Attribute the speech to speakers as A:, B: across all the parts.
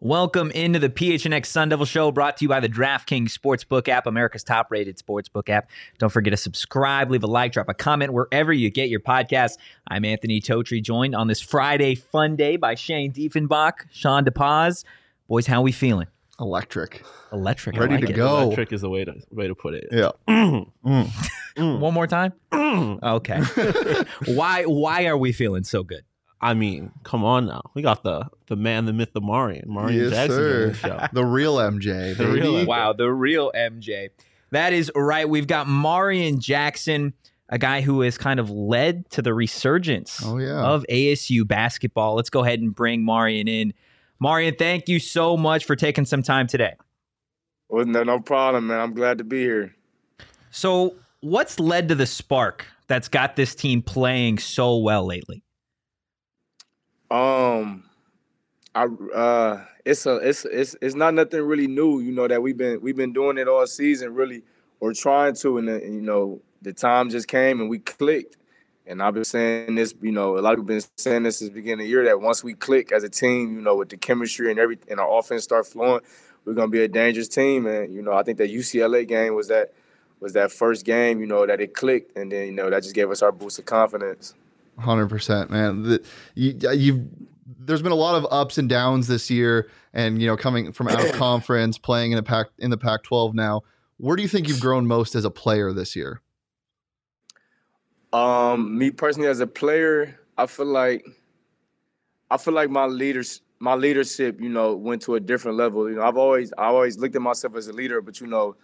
A: Welcome into the PHNX Sun Devil Show, brought to you by the DraftKings Sportsbook app, America's top-rated sportsbook app. Don't forget to subscribe, leave a like, drop a comment wherever you get your podcast. I'm Anthony Totri, joined on this Friday fun day by Shane Diefenbach, Sean DePaz. Boys, how we feeling?
B: electric.
A: Electric. I
B: Ready
A: like
B: to
A: it.
B: go.
C: Electric is the way to way to put it.
B: Yeah.
A: One more time. Okay. why? Why are we feeling so good?
C: I mean, come on now. We got the the man, the myth, the Marion, Marion
B: yes,
C: Jackson
B: sir.
C: on the show.
B: The real MJ.
C: The
B: baby.
C: real MJ.
A: Wow, the real MJ. That is right. We've got Marion Jackson, a guy who has kind of led to the resurgence
B: Oh, yeah.
A: of ASU basketball. Let's go ahead and bring Marion in. Marion, thank you so much for taking some time today.
D: Well, no, no problem, man. I'm glad to be here.
A: So, what's led to the spark that's got this team playing so well lately?
D: Um, I uh, it's a it's it's it's not nothing really new, you know, that we've been we've been doing it all season, really, or trying to, and uh, you know, the time just came and we clicked. And I've been saying this, you know, a lot of people been saying this since the beginning of the year that once we click as a team, you know, with the chemistry and everything, and our offense start flowing, we're gonna be a dangerous team. And you know, I think that UCLA game was that was that first game, you know, that it clicked, and then you know that just gave us our boost of confidence.
B: Hundred percent, man. The, you, uh, you've there's been a lot of ups and downs this year, and you know, coming from out of conference, playing in a pack in the Pac-12 now. Where do you think you've grown most as a player this year?
D: Um, me personally as a player, I feel like I feel like my leaders my leadership, you know, went to a different level. You know, I've always I always looked at myself as a leader, but you know,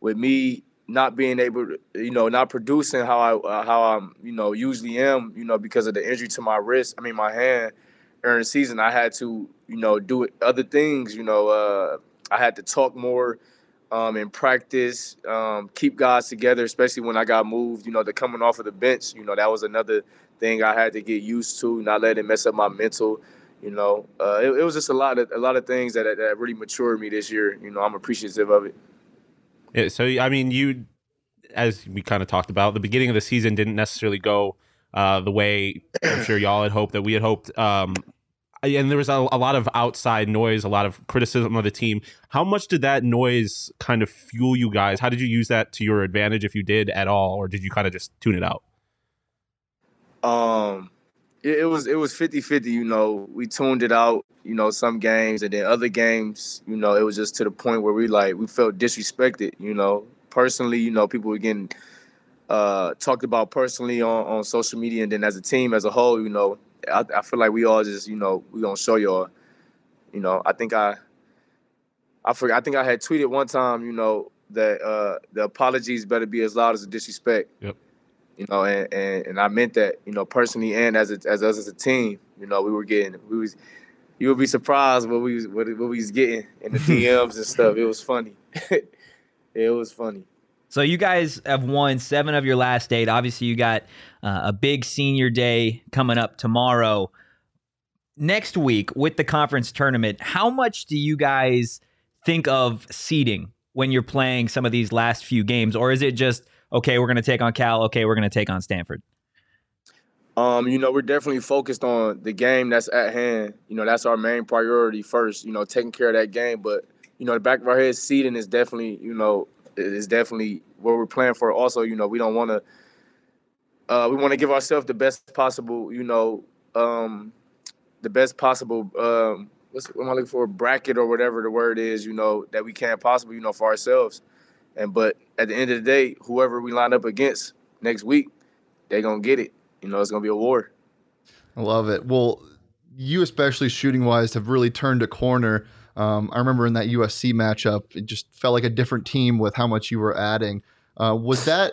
D: with me not being able to, you know, not producing how I uh, how I'm, you know, usually am, you know, because of the injury to my wrist, I mean my hand during the season, I had to, you know, do it- other things, you know, uh I had to talk more um, in practice, um, keep guys together, especially when I got moved, you know, the coming off of the bench, you know, that was another thing I had to get used to, not let it mess up my mental, you know. Uh, it, it was just a lot of a lot of things that, that really matured me this year. You know, I'm appreciative of it.
C: Yeah, so I mean, you, as we kind of talked about, the beginning of the season didn't necessarily go uh, the way I'm sure y'all had hoped that we had hoped. Um, I- and there was a, a lot of outside noise, a lot of criticism of the team. How much did that noise kind of fuel you guys? How did you use that to your advantage, if you did at all, or did you kind of just tune it out?
D: Um, it, it was it was 50-50, you know. We tuned it out, you know, some games and then other games, you know, it was just to the point where we like we felt disrespected, you know. Personally, you know, people were getting uh talked about personally on, on social media and then as a team as a whole, you know, I, I feel like we all just, you know, we gonna show y'all. You know, I think I I forgot I think I had tweeted one time, you know, that uh the apologies better be as loud as the disrespect you know, and, and, and I meant that, you know, personally and as a, as us as a team, you know, we were getting we was you would be surprised what we was what, what we was getting in the DMs and stuff. It was funny. it was funny.
A: So you guys have won seven of your last eight. Obviously, you got uh, a big senior day coming up tomorrow. Next week with the conference tournament, how much do you guys think of seeding when you're playing some of these last few games, or is it just okay? We're going to take on Cal. Okay, we're going to take on Stanford.
D: Um, you know, we're definitely focused on the game that's at hand. You know, that's our main priority first. You know, taking care of that game. But you know, the back of our head seeding is definitely, you know, is definitely what we're playing for. Also, you know, we don't want to. Uh, we want to give ourselves the best possible. You know, um, the best possible. Um, what's what am I looking for? Bracket or whatever the word is. You know, that we can possibly. You know, for ourselves. And but at the end of the day, whoever we line up against next week, they gonna get it. You know, it's gonna be a war.
B: I love it. Well, you especially shooting wise have really turned a corner. Um, I remember in that USC matchup, it just felt like a different team with how much you were adding. Uh, was that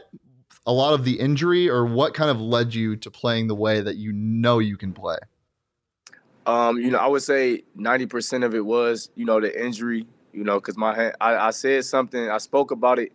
B: a lot of the injury, or what kind of led you to playing the way that you know you can play?
D: Um, you know, I would say 90% of it was, you know, the injury, you know, because my hand, I, I said something, I spoke about it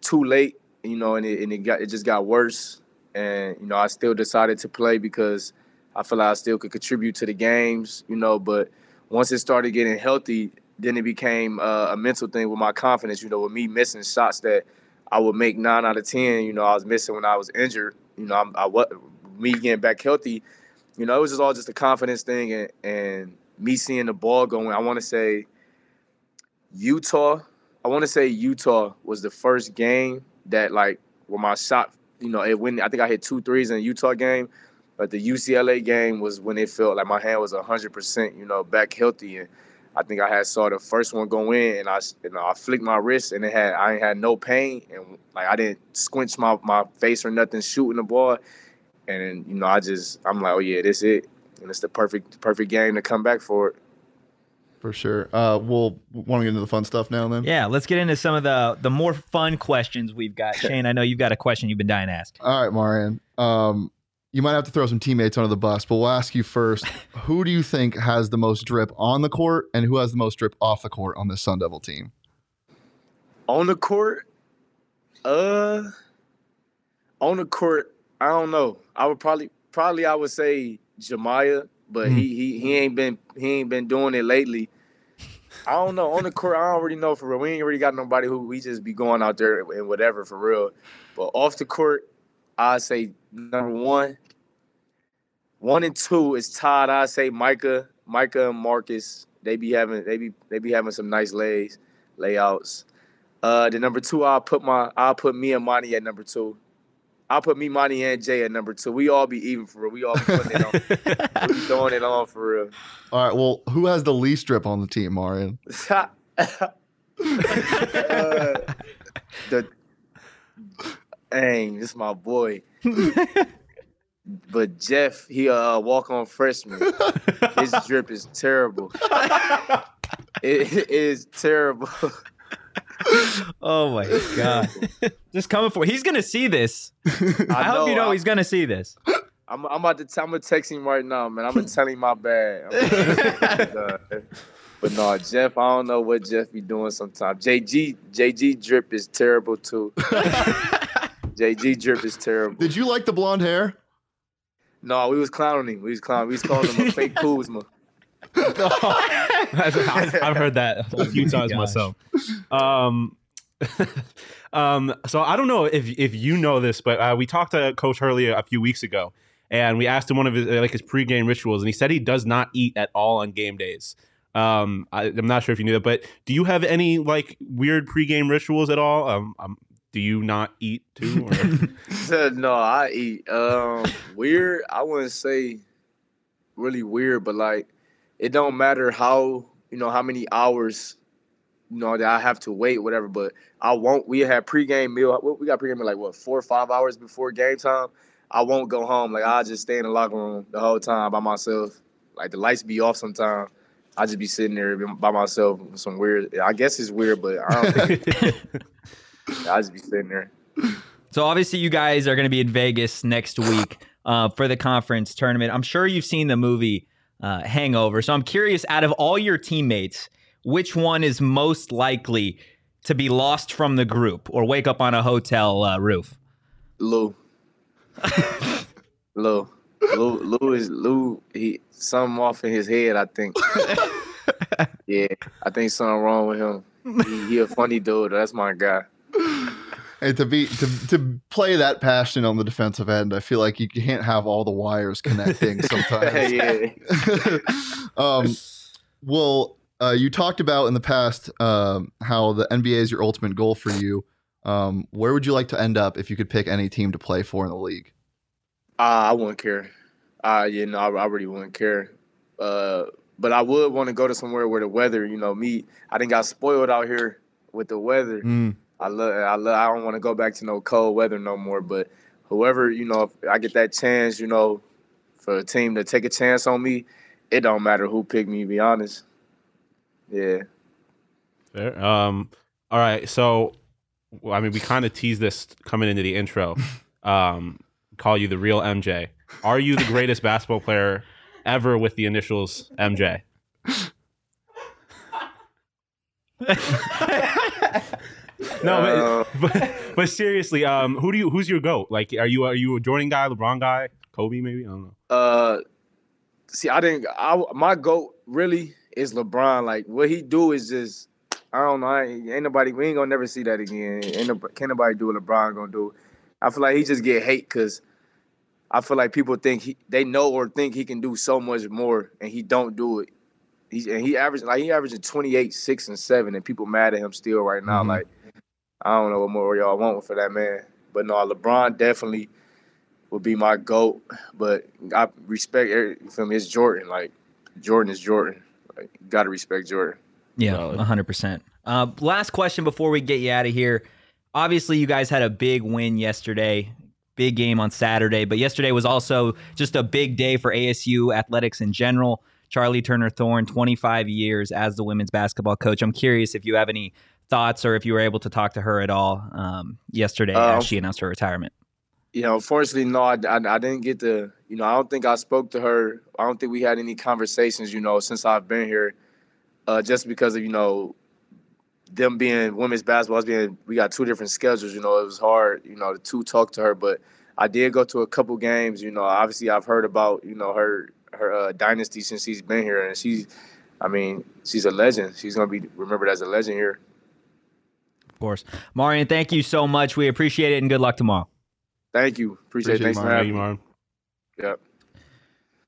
D: too late, you know, and it, and it got, it just got worse. And, you know, I still decided to play because I feel like I still could contribute to the games, you know, but once it started getting healthy, then it became uh, a mental thing with my confidence, you know, with me missing shots that I would make nine out of 10, you know, I was missing when I was injured, you know, I'm, I was, me getting back healthy, you know, it was just all just a confidence thing and, and me seeing the ball going. I want to say Utah. I want to say Utah was the first game that like where my shot, you know, it went. I think I hit two threes in the Utah game, but the UCLA game was when it felt like my hand was hundred percent, you know, back healthy and. I think I had saw the first one go in, and I you know I flicked my wrist, and it had I ain't had no pain, and like I didn't squinch my, my face or nothing shooting the ball, and then, you know I just I'm like, oh yeah, this it, and it's the perfect perfect game to come back for it.
B: For sure. Uh, we'll want to get into the fun stuff now. Then.
A: Yeah, let's get into some of the the more fun questions we've got. Shane, I know you've got a question you've been dying to ask.
B: All right, Marian. Um, you might have to throw some teammates under the bus, but we'll ask you first. who do you think has the most drip on the court, and who has the most drip off the court on this Sun Devil team?
D: On the court, uh, on the court, I don't know. I would probably probably I would say Jemiah, but he he he ain't been he ain't been doing it lately. I don't know. On the court, I already know for real. We ain't really got nobody who we just be going out there and whatever for real. But off the court, I say number one, one and two is Todd. I say Micah, Micah and Marcus. They be having they be they be having some nice lays layouts. Uh, the number two, I'll put my I'll put me and Monty at number two. I'll put me, Monty, and Jay at number two. We all be even for real. We all be putting it on, we be throwing it on for real.
B: All right. Well, who has the least drip on the team, Marian?
D: Uh, the dang, this is my boy. but Jeff, he uh walk on freshman. His drip is terrible. it is terrible.
A: Oh my god, just coming for. He's gonna see this. I, hope you know
D: I-
A: he's gonna see this.
D: I'm, I'm about to. T- I'm gonna text him right now, man. I'm gonna tell him my bad. I'm gonna- but no, Jeff. I don't know what Jeff be doing sometimes. JG JG drip is terrible too. JG drip is terrible.
B: Did you like the blonde hair?
D: No, we was clowning him. We was clowning. We was calling him a fake Kuzma.
C: I've I've heard that a few
A: Oh my
C: times
A: gosh.
C: myself. Um, um, so I don't know if if you know this, but uh, we talked to Coach Hurley a few weeks ago, and we asked him one of his like his pregame rituals, and he said he does not eat at all on game days. Um, I, I'm not sure if you knew that, but do you have any like weird pregame rituals at all? Um, um do you not eat too? Or?
D: Said, no, I eat um weird. I wouldn't say really weird, but like it don't matter how you know how many hours you know that I have to wait, whatever. But I won't. We had pregame meal. what- We got pregame meal like what four or five hours before game time. I won't go home. Like I just stay in the locker room the whole time by myself. Like the lights be off sometime. I just be sitting there by myself. with Some weird. I guess it's weird, but I don't think. I just be sitting there.
A: So obviously, you guys are going to be in Vegas next week uh, for the conference tournament. I'm sure you've seen the movie uh, Hangover. So I'm curious, out of all your teammates, which one is most likely to be lost from the group or wake up on a hotel uh, roof?
D: Lou. Lou. Lou Lou is Lou he something off in his head, I think. yeah. I think something wrong with him. He, he a funny dude. That's my guy.
B: And to be to, to play that passion on the defensive end, I feel like you can't have all the wires connecting sometimes.
D: yeah.
B: um, well, uh, you talked about in the past um, how the NBA is your ultimate goal for you. Um, where would you like to end up if you could pick any team to play for in the league?
D: Uh, I wouldn't care. Uh, you know, I, I really wouldn't care. Uh, but I would want to go to somewhere where the weather, you know, me, I didn't got spoiled out here with the weather.
B: Mm.
D: I love, I love, I don't want to go back to no cold weather no more. But whoever, you know, if I get that chance, you know, for a team to take a chance on me, it don't matter who picked me. to Be honest. Yeah.
C: Fair. Um, all right. So well, I mean, we kind of teased this coming into the intro. Um, call you the real MJ. Are you the greatest basketball player ever with the initials MJ?
B: Uh.
C: no, but, but, but seriously, um, who do you who's your goat? Like, are you are you a Jordan guy, LeBron guy, Kobe maybe? I don't know.
D: Uh, see, I didn't. I my goat really is LeBron. Like what he do is just. I don't know. I ain't, ain't nobody. We ain't gonna never see that again. Ain't no, can't nobody do what LeBron gonna do. I feel like he just get hate because I feel like people think he, they know or think he can do so much more, and he don't do it. He and he averaged like he averaging twenty eight, six and seven, and people mad at him still right now.
B: Mhm.
D: Like I don't know what more y'all want for that man, but no, LeBron definitely would be my goat. But I respect. every- You feel me? It's Jordan. Like Jordan is Jordan. Like you gotta respect Jordan.
A: Yeah,
C: Solid.
A: 100%. Uh, last question before we get you out of here. Obviously, you guys had a big win yesterday, big game on Saturday, but yesterday was also just a big day for ASU athletics in general. Charlie Turner Thorne, 25 years as the women's basketball coach. I'm curious if you have any thoughts or if you were able to talk to her at all um, yesterday
D: Uh,
A: as she announced her retirement.
D: you know, unfortunately, no, I, I, I didn't get to, you know, I don't think I spoke to her. I don't think we had any conversations, you know, since I've been here, uh, just because of, you know, them being women's basketball, us being, we got two different schedules, you know, it was hard, you know, to talk to her, but I did go to a couple games, you know, obviously I've heard about, you know, her, her uh, dynasty since she's been here and she's, I mean, she's a legend. She's going to be remembered as a legend here.
A: Of course. Marion, thank you so much. We appreciate it and good luck tomorrow.
D: Thank you.
B: Appreciate
D: Appreciate, it. Thanks
B: it,
D: for
B: Mario.
C: Are
D: having
C: you
D: me.
C: Marvin?
D: Yep.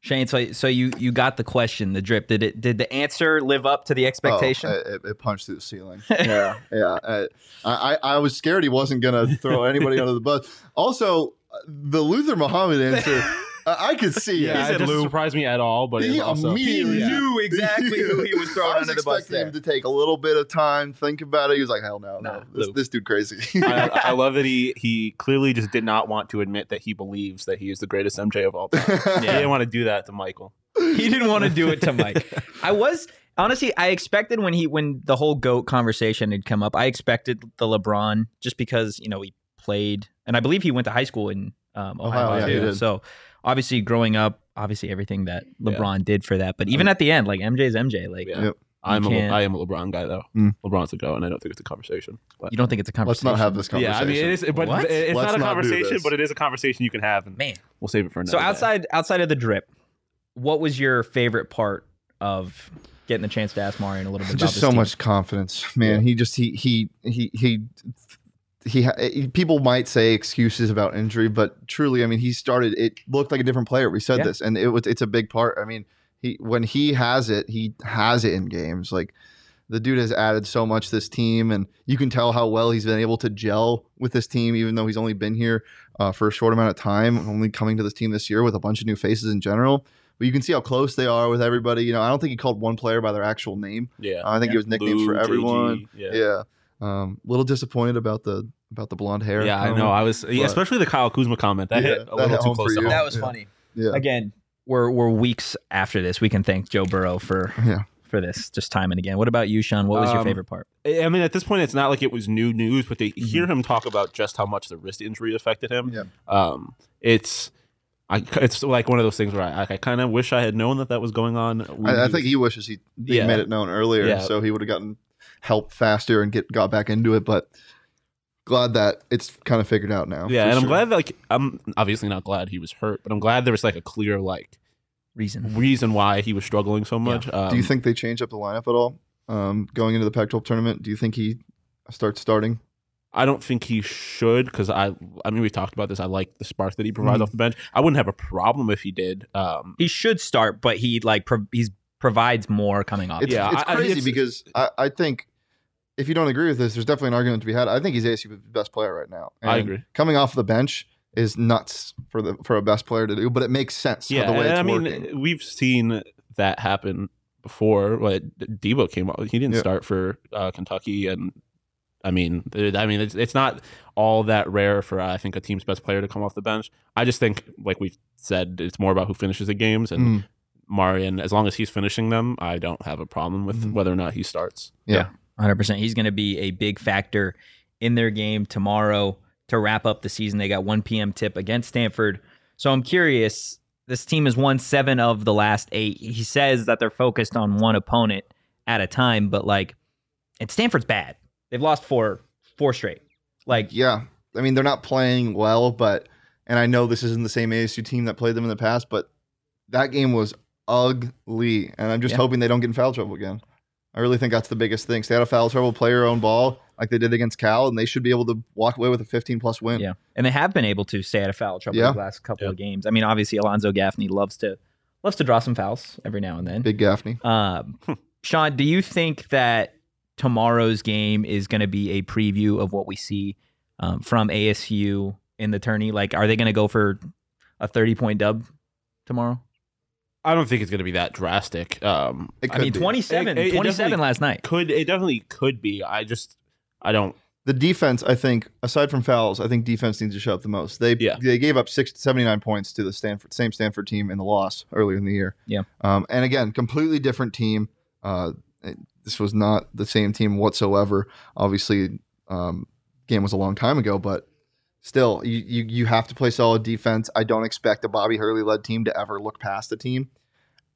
A: Shane, so, so you, you got the question, the drip. Did it did the answer live up to the expectation?
B: Oh, it, it- it punched through the ceiling. yeah, yeah. I, I, I was scared he wasn't gonna throw anybody under the bus. Also, the Luther Muhammad answer, I, I could see.
C: Yeah,
B: it.
A: He said
C: it doesn't
A: Lou.
C: surprise me at all. But
B: He
C: it's also,
B: immediately
C: Yeah.
A: knew exactly who he was throwing
B: I was
A: under the bus
B: expecting
A: there.
B: him to take a little bit of time, think about it. He was like, "Hell no,
A: Nah,
B: no, this,
A: Lou.
B: this dude crazy."
C: I, I love that he he clearly just did not want to admit that he believes that he is the greatest MJ of all time. He didn't want to do that to Michael.
A: he didn't want to do it to Mike. I was honestly, I expected when he when the whole goat conversation had come up, I expected the LeBron just because you know he played, and I believe he went to high school in um, Ohio.
B: Ohio, yeah,
C: he
A: too.
B: did.
A: So obviously, growing up, obviously everything that
C: Yeah.
A: LeBron did for that, but even at the end, like MJ's MJ, like
C: Yeah.
B: Yep.
C: I'm a,
A: can't-
C: I am a LeBron guy though.
B: Mm.
C: LeBron's a go, and I don't think it's a conversation. But
A: you don't think it's a
B: Let's
A: conversation.
B: not have this conversation.
C: yeah, I mean it is, but
A: What?
C: it's
B: Let's
C: not a
B: not do
C: conversation,
B: this.
C: but it is a conversation you can have, and
A: man.
C: we'll save it for another.
A: So
C: day.
A: outside outside of the drip, what was your favorite part of getting the chance to ask Marion a little bit? about
B: just
A: this
B: so
A: team?
B: much confidence man he just he he he he he, ha- he people might say excuses about injury but truly i mean he started it looked like a different player we said
A: Yeah.
B: this and it was it's a big part i mean he when he has it he has it in games like the dude has added so much to this team and you can tell how well he's been able to gel with this team even though he's only been here uh, for a short amount of time only coming to this team this year with a bunch of new faces in general but you can see how close they are with everybody you know i don't think he called one player by their actual name
C: yeah,
B: I think it was nicknames
C: Lou,
B: for
C: JG,
B: everyone.
C: Yeah. yeah.
B: Yeah. Um, a little disappointed about the about the blonde hair.
C: I
B: Um,
C: know. I was, yeah,
B: but-
C: especially the Kyle Kuzma comment. That
B: Yeah,
C: hit a
B: that hit
C: little too
B: home
C: close
B: for
C: to
B: you.
C: home.
A: that was
B: Yeah.
A: funny.
B: yeah.
A: again, we're we're weeks after this. We can thank Joe Burrow for
B: Yeah.
A: for this just time and again. What about you, Sean? What was your
C: Um,
A: favorite part?
C: I mean, at this point, it's not like it was new news, but to hear him talk about just how much the wrist injury affected him,
B: Mm-hmm. Yeah.
C: um, it's, I, it's like one of those things where I, I kind of wish I had known that that was going on. when
B: I, I
C: was-
B: think he wishes he they
C: Yeah.
B: made it known earlier,
C: Yeah.
B: so he would have gotten help faster and get got back into it. But glad that it's kind of figured out now.
C: yeah,
B: for
C: and I'm
B: sure.
C: glad that, like I'm obviously not glad he was hurt, but I'm glad there was like a clear like
A: Reason.
C: reason why he was struggling so much. Um,
B: Mm-hmm. Do you think they change up the lineup at all um, going into the Pac-12 tournament? Do you think he starts starting?
C: I don't think he should because I I mean we talked about this. I like the spark that he provides
B: Mm-hmm.
C: off the bench. I wouldn't have a problem if he did. Um,
A: He should start, but he like pro- he's provides more coming off.
B: It's,
C: Yeah,
B: it's
C: I- I think
B: crazy
C: it's-
B: because I, I think if you don't agree with this, there's definitely an argument to be had. I think he's ASU's best player right now.
C: I agree.
B: Coming off the bench is nuts for the for a best player to do, but it makes sense. for
C: yeah,
B: the way
C: and
B: it's
C: I mean uh,
B: working.
C: we've seen that happen before. Like Debo came out, he didn't
B: Yeah.
C: start for uh, Kentucky, and I mean there- I mean it's it's not all that rare for I think a team's best player to come off the bench. I just think like we've said, it's more about who finishes the games and.
B: Mm.
C: Marion, as long as he's finishing them, I don't have a problem with
B: Mhm.
C: whether or not he starts.
B: Yeah.
A: Hundred percent. He's going to be a big factor in their game tomorrow to wrap up the season. They got 1 p.m. tip against Stanford. So I'm curious. This team has won seven of the last eight. He says that they're focused on one opponent at a time, but like, and Stanford's bad. They've lost four four straight. Like,
B: yeah, I mean they're not playing well, but and I know this isn't the same ASU team that played them in the past, but that game was ugly, and I'm just
A: Yeah.
B: hoping they don't get in foul trouble again. I really think that's the biggest thing. Stay out of foul trouble, play your own ball like they did against Cal, and they should be able to walk away with a 15 plus win.
A: Yeah, and they have been able to stay out of foul trouble
B: Yeah.
A: the last couple of games. I mean, obviously Alonzo Gaffney loves to loves to draw some fouls every now and then.
B: Big Gaffney.
A: Um, Sean, do you think that tomorrow's game is going to be a preview of what we see um, from ASU in the tourney? Like, are they going to go for a thirty-point dub tomorrow?
C: I don't think it's going to be that drastic. Um,
B: It
A: I
B: could
A: mean,
B: be.
A: 27,
C: It- it- it
A: 27
C: definitely-
A: last night.
C: could it definitely could be? I just I don't.
B: the defense, I think, aside from fouls, I think defense needs to show up the most. They
C: Yeah.
B: they gave up six, 79 points to the Stanford same Stanford team in the loss earlier in the year.
A: Yeah.
B: Um, and again, completely different team. Uh, it- this was not the same team whatsoever. Obviously, um, game was a long time ago, but still, you, you you have to play solid defense. I don't expect a Bobby Hurley led team to ever look past the team,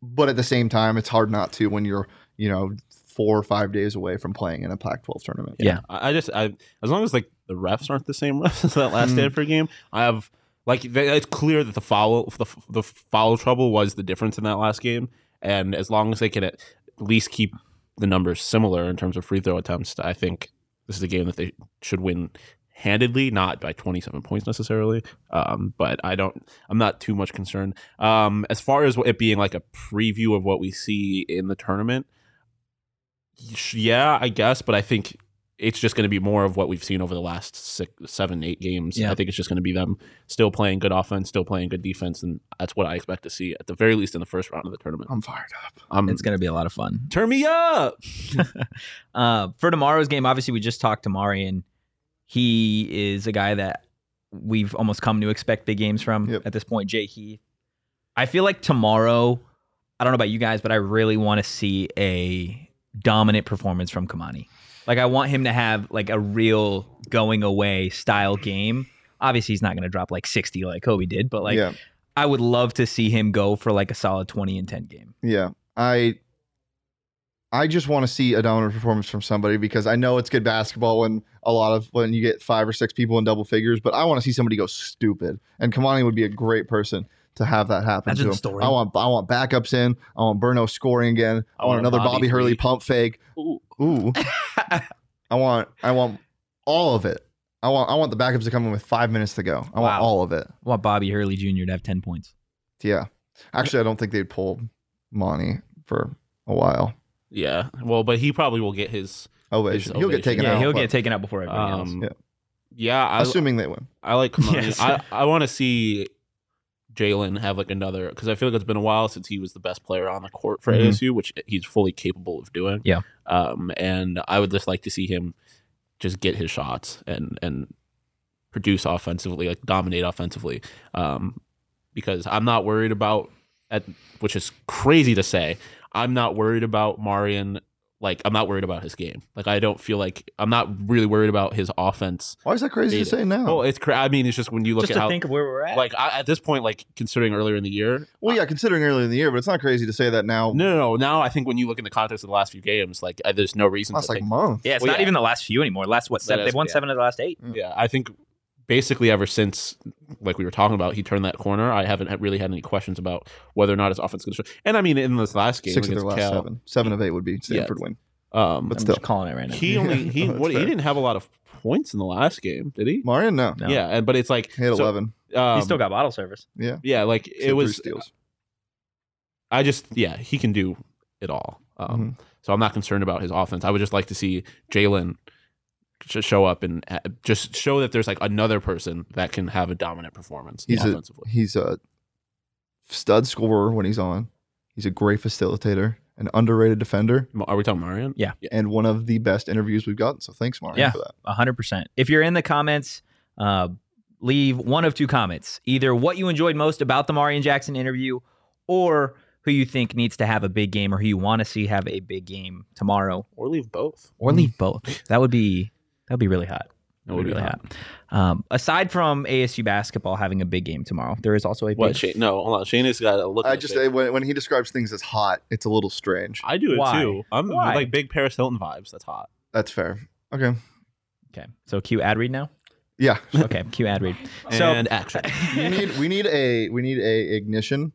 B: but at the same time, it's hard not to when you're you know four or five days away from playing in a Pac-12 tournament.
A: Yeah.
C: I, I just I as long as like the refs aren't the same refs as that last
B: Mm.
C: Stanford game. I have like they, it's clear that the foul the the foul trouble was the difference in that last game, and as long as they can at least keep the numbers similar in terms of free throw attempts, I think this is a game that they should win handedly, not by 27 points necessarily. Um, but I don't, I'm not too much concerned. Um, as far as it being like a preview of what we see in the tournament, sh- yeah, I guess, but I think it's just going to be more of what we've seen over the last six, seven, eight games.
A: Yeah.
C: I think it's just going to be them still playing good offense, still playing good defense, and that's what I expect to see at the very least in the first round of the tournament.
B: I'm fired up.
C: Um,
A: It's going to be a lot of fun.
C: turn me up.
A: uh, for tomorrow's game, obviously we just talked to Mari, and he is a guy that we've almost come to expect big games from
B: Yep.
A: at this point. Jay Heath. I feel like tomorrow, I don't know about you guys, but I really want to see a dominant performance from Kamani. Like I want him to have like a real going away style game. Obviously, he's not going to drop like sixty like Kobe did, but like
B: yeah,
A: I would love to see him go for like a solid twenty and ten game.
B: yeah. I I just want to see a dominant performance from somebody because I know it's good basketball when a lot of when you get five or six people in double figures, but I want to see somebody go stupid. And Kamani would be a great person to have that happen
A: Imagine
B: to
A: the
B: him.
A: story.
B: I want I want backups in. I want Burno scoring again. I,
C: I
B: want,
C: want a
B: another
C: Bobby
B: Bobby, Hurley
C: three.
B: pump fake.
C: Ooh.
B: Ooh. I want I want all of it. I want I want the backups to come in with five minutes to go. I
A: Wow.
B: want all of it.
A: I want Bobby Hurley Jr. to have ten points.
B: Yeah. Actually, I don't think they'd pull Monty for a while.
C: Yeah. Well, but he probably will get his.
B: Ovation.
C: His
B: He'll
C: ovation.
B: get taken
A: yeah,
B: out.
A: he'll
B: but
A: get taken out before everybody else.
C: Um,
B: Yeah.
C: yeah. I,
B: assuming they win.
C: I like Kamani.
A: Yes.
C: I, I want to see Jalen have like another because I feel like it's been a while since he was the best player on the court for
A: Mhm.
C: ASU, which he's fully capable of doing.
A: Yeah.
C: Um, and I would just like to see him just get his shots and and produce offensively, like dominate offensively. Um, because I'm not worried about at which is crazy to say. I'm not worried about Marion. Like I'm not worried about his game. Like I don't feel like I'm not really worried about his offense
B: Why is that crazy
C: Data.
B: to say now?
C: well, it's cra- I mean, it's just when you look
A: just
C: at
A: to
C: how,
A: think of where we're at.
C: like, I, at this point, like considering earlier in the year,
B: Well, yeah, considering earlier in the year, but it's not crazy to say that now.
C: no, no, no. Now I think when you look in the context of the last few games, like, I, there's no reason.
B: last
C: to
B: like
C: think,
B: month.
A: yeah, it's
C: well,
A: not
C: yeah.
A: even the last few anymore. Last what seven?
C: That is-
A: They've won
C: yeah.
A: seven of the last eight.
C: yeah, I think basically ever since, like we were talking about, he turned that corner. I haven't had- really had any questions about whether or not his offense is going to show. And I mean, in this last game
B: Six of their
C: against
B: last
C: Cal,
B: seven. Seven of eight would be Stanford win.
C: um,
B: But
A: I'm
B: still.
A: just calling it right now.
C: he only he
B: No, that's
C: what, he
B: fair.
C: didn't have a lot of points in the last game, did he?
B: Marion, no.
A: No.
C: Yeah, and but it's like
B: He had
C: so,
B: 11.
C: Um,
A: he still got bottle service.
B: Yeah.
C: Yeah, like
B: He had
C: it
B: three
C: was
B: steals.
C: I just yeah, he can do it all. Um,
B: Mm-hmm.
C: So I'm not concerned about his offense. I would just like to see Jalen sh- show up and ha- just show that there's like another person that can have a dominant performance
B: He's a-
C: offensively.
B: He's a stud scorer when he's on. He's a great facilitator, an underrated defender,
C: Mo- Are we talking Marion?
A: Yeah.
B: and one of the best interviews we've gotten. So thanks, Marion,
A: Yeah.
B: for that.
A: hundred percent. If you're in the comments, uh, leave one of two comments: either what you enjoyed most about the Marion Jackson interview, or who you think needs to have a big game, or who you want to see have a big game tomorrow,
C: Or leave both.
A: or leave both. That would be that would be really hot.
C: It Mm. would be
A: really
C: hot.
A: hot. Um, aside from ASU basketball having a big game tomorrow, there is also a big
E: What? Shane, no, hold on. Shane has got a look.
B: I
E: on his
B: just
E: face.
B: I, when, when he describes things as hot, it's a little strange.
C: I do it
A: Why?
C: too. I'm
A: Why?
C: like big Paris Hilton vibes. That's hot.
B: That's fair. Okay.
A: Okay, so cue ad read now.
B: Yeah.
A: Okay, cue ad read. So
C: and action.
B: we need we need a we need a ignition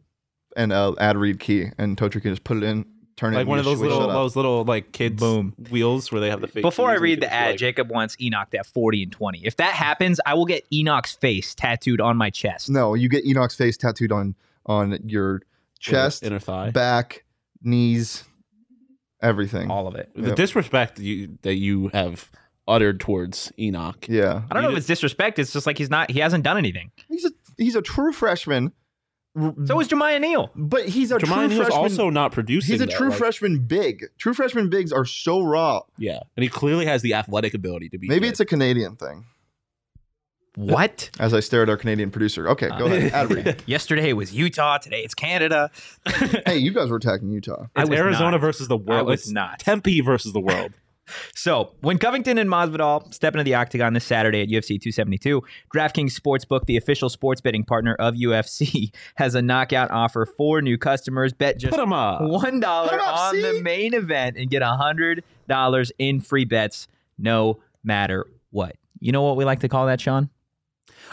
B: and a ad read key and Totra can just put it in, turn it
C: like
B: and
C: one
B: you
C: of
B: just
C: those
B: shut
C: little
B: up.
C: those little like kids
A: Boom.
C: wheels where they have the fake
A: Before I
C: keys and
A: read
C: you
A: the
C: can
A: ad,
C: just, like-
A: Jacob wants Enoch that 40 and 20. If that happens, I will get Enoch's face tattooed on my chest.
B: No, you get Enoch's face tattooed on on your chest,
C: inner thigh.
B: back, knees, everything.
A: All of it.
C: the
B: Yep.
C: disrespect that you that you have uttered towards Enoch.
B: yeah.
A: I don't
C: You
A: know if it's disrespect. It's just like he's not, he hasn't done anything.
B: He's a he's a true freshman. R-
A: So is Jemiah Neal.
B: but he's a
C: Jermaine
B: true
C: Neal's
B: freshman.
C: also not producing.
B: he's a
C: though,
B: true
C: like-
B: freshman big. True freshman bigs are so raw.
C: Yeah, and he clearly has the athletic ability to be.
B: Maybe
C: good.
B: it's a Canadian thing.
A: What?
B: As I stare at our Canadian producer. Okay, go ahead.
C: Uh,
B: Ad read.
A: Yesterday was Utah. Today it's Canada.
B: hey, you guys were attacking Utah.
A: I
C: It's
A: was
C: Arizona
A: not.
C: versus the world.
A: I was
C: It's
A: not.
C: Tempe versus the world.
A: So, when Covington and Masvidal step into the octagon this Saturday at UFC 272, DraftKings Sportsbook, the official sports betting partner of UFC, has a knockout offer for new customers. Bet just
C: Put 'em up.
A: one dollar
B: Put 'em up,
A: on the
B: see?
A: main event and get a hundred dollars in free bets, no matter what. You know what we like to call that, Sean?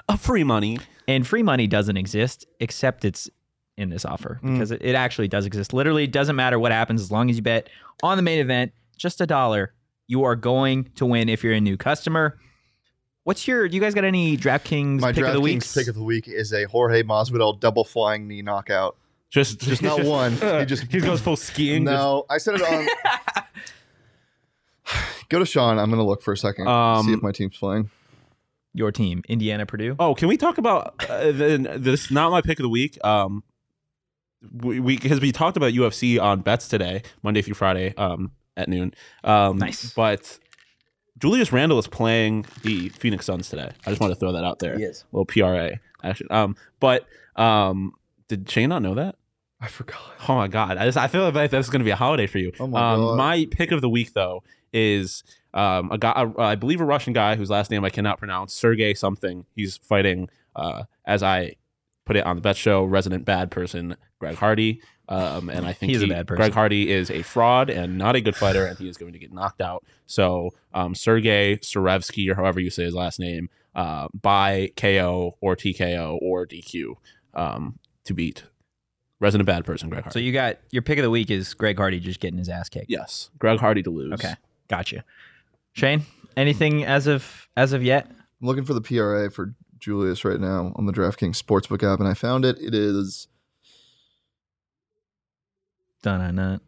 C: A free money.
A: And free money doesn't exist except it's in this offer
B: Mm.
A: because it, it actually does exist. Literally, it doesn't matter what happens as long as you bet on the main event, just a dollar, you are going to win if you're a new customer. What's your? Do you guys got any DraftKings
B: My
A: pick of the week?
B: DraftKings pick of the week is a Jorge Masvidal double flying knee knockout.
C: Just Uh,
B: Just not one. He just
C: he goes full skiing.
B: no. I said it on. Go to Sean. I'm gonna look for a second.
C: Um,
B: see if my team's playing.
A: your team, Indiana, Purdue.
C: Oh, can we talk about uh, the, this? Not my pick of the week. Um, we because we, talked about UFC on bets today, Monday through Friday, um, at noon. Um,
A: Nice.
C: But Julius Randle is playing the Phoenix Suns today. I just want to throw that out there.
A: is.
C: little PRA action. Um, but um, did Shane not know that?
B: I forgot.
C: Oh my god, I, just, I feel like that's going to be a holiday for you.
B: Oh my
C: um,
B: God.
C: my pick of the week though is um, a guy, a- I believe a Russian guy whose last name I cannot pronounce, Sergey something. He's fighting, uh, as I put it on the bet show, resident bad person Greg Hardy. Um, and I think
A: He's a
C: he-
A: bad person.
C: Greg Hardy is a fraud and not a good fighter, and he is going to get knocked out. So um, Sergey Serevsky, or however you say his last name, uh, by KO or TKO or DQ um, to beat resident bad person Greg Hardy.
A: So you got your pick of the week is Greg Hardy just getting his ass kicked.
C: Yes, Greg Hardy to lose.
A: Okay, gotcha. Shane, anything as of as of yet?
B: I'm looking for the PRA for Julius right now on the DraftKings sportsbook app, and I found it. It is
A: Dun-dun-dun.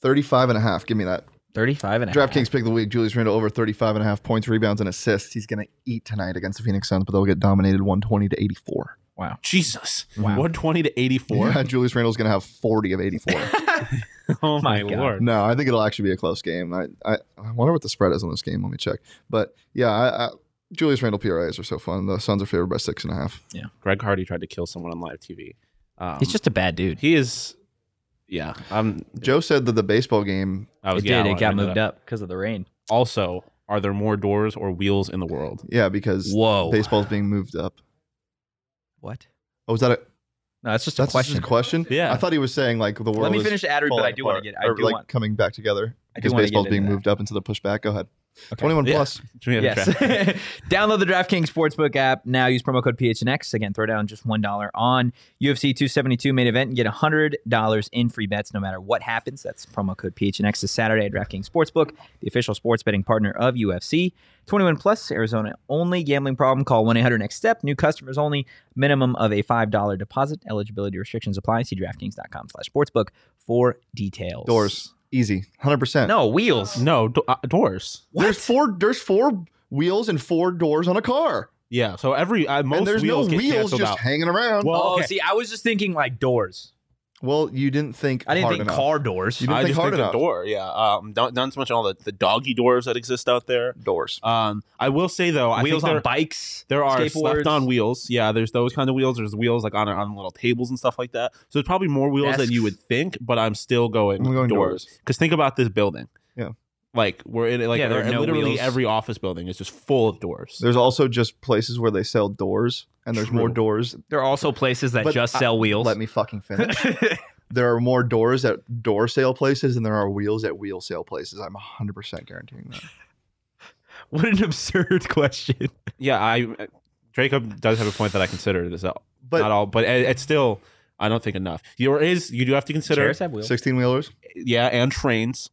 B: 35 and a half. Give me that.
A: 35 and a half.
B: DraftKings pick of the week. Julius Randle over 35 and a half points, rebounds, and assists. He's gonna eat tonight against the Phoenix Suns, but they'll get dominated 120 to 84.
A: Wow.
C: Jesus.
A: Wow.
C: 120 to 84.
B: Yeah, Julius Randle's gonna have 40 of 84.
C: Oh
A: My
C: my,
A: God.
C: lord.
B: No, I think it'll actually be a close game. I, I, I wonder what the spread is on this game. Let me check. But yeah, I, I, Julius Randle PRAs are so fun. The Suns are favored by six and a half.
C: Greg Hardy tried to kill someone on live TV. Um,
A: He's just a bad dude.
C: he is yeah, I'm
B: Joe said that the baseball game.
C: I was
A: it
C: yeah, I
A: did. It
C: wanted
A: got
C: to know
A: moved
C: that.
A: up because of the rain.
C: Also, are there more doors or wheels in the world?
B: Yeah, because
A: Whoa.
B: baseball's being moved up.
A: What?
B: Oh, is that a
A: No, it's just
B: that's
A: a question.
B: Just a question?
C: Yeah.
B: I thought he was saying like the world.
A: Let me
B: is
A: finish the ad read, but
B: falling
A: I do wanna
B: apart,
A: get- I
B: or,
A: do
B: like
A: want-
B: coming back together
A: I do
B: because
A: wanna get
B: baseball's
A: into
B: being
A: that.
B: moved up into the pushback. Go ahead. 21
A: Yeah.
B: plus.
C: Jimmy had
A: Yes.
C: a track.
A: Download the DraftKings Sportsbook app now. Use promo code PHNX. Again, throw down just $1 on UFC 272 main event and get $100 in free bets no matter what happens. That's promo code PHNX this Saturday at DraftKings Sportsbook, the official sports betting partner of UFC. 21 plus, Arizona only. Gambling problem, call 1 800 next step. New customers only. Minimum of a $5 deposit. Eligibility restrictions apply. See DraftKings.com slash sportsbook for details.
B: Doors. Easy. 100%.
A: No, wheels.
C: No, do- uh, doors.
B: There's four there's four wheels and four doors on a car.
C: Yeah, so every uh, most
B: and there's no
C: wheels get
B: wheels
C: canceled
B: just
C: out.
B: hanging around. Well,
C: Well-
A: Oh,
C: okay.
A: see, I was just thinking like doors.
B: you didn't think
A: I didn't
B: hard
A: think
B: enough.
A: car doors.
B: You didn't
C: I
B: think
C: just
B: hard
C: think the
B: enough.
C: door, yeah. Um, not, not so much all the, the doggy doors that exist out there.
B: Doors.
C: Um, I will say though, I
A: wheels
C: think
A: on
C: there-
A: bikes.
C: There are
A: skateboards.
C: slept on wheels. Yeah, there's those kind of wheels. There's wheels like on on little tables and stuff like that. So there's probably more wheels than you
A: Desks.
C: would think, but I'm still going,
B: I'm going
C: doors. Because think about this building.
B: Yeah.
C: Like we're in like
A: Yeah, there are no
C: literally
A: wheels.
C: every office building is just full of doors.
B: There's also just places where they sell doors, and there's more
C: True.
B: doors.
A: There are also places that
B: But
A: just
B: I-
A: sell wheels.
B: Let me fucking finish. there are more doors at door sale places than there are wheels at wheel sale places. I'm 100% guaranteeing that.
A: what an absurd question.
C: yeah, I uh, Jacob does have a point that I consider this out.
B: But
C: not all, but it, it's still I don't think enough. There is you do have to consider
A: Chairs have wheels.
B: 16 wheelers?
C: yeah, and trains.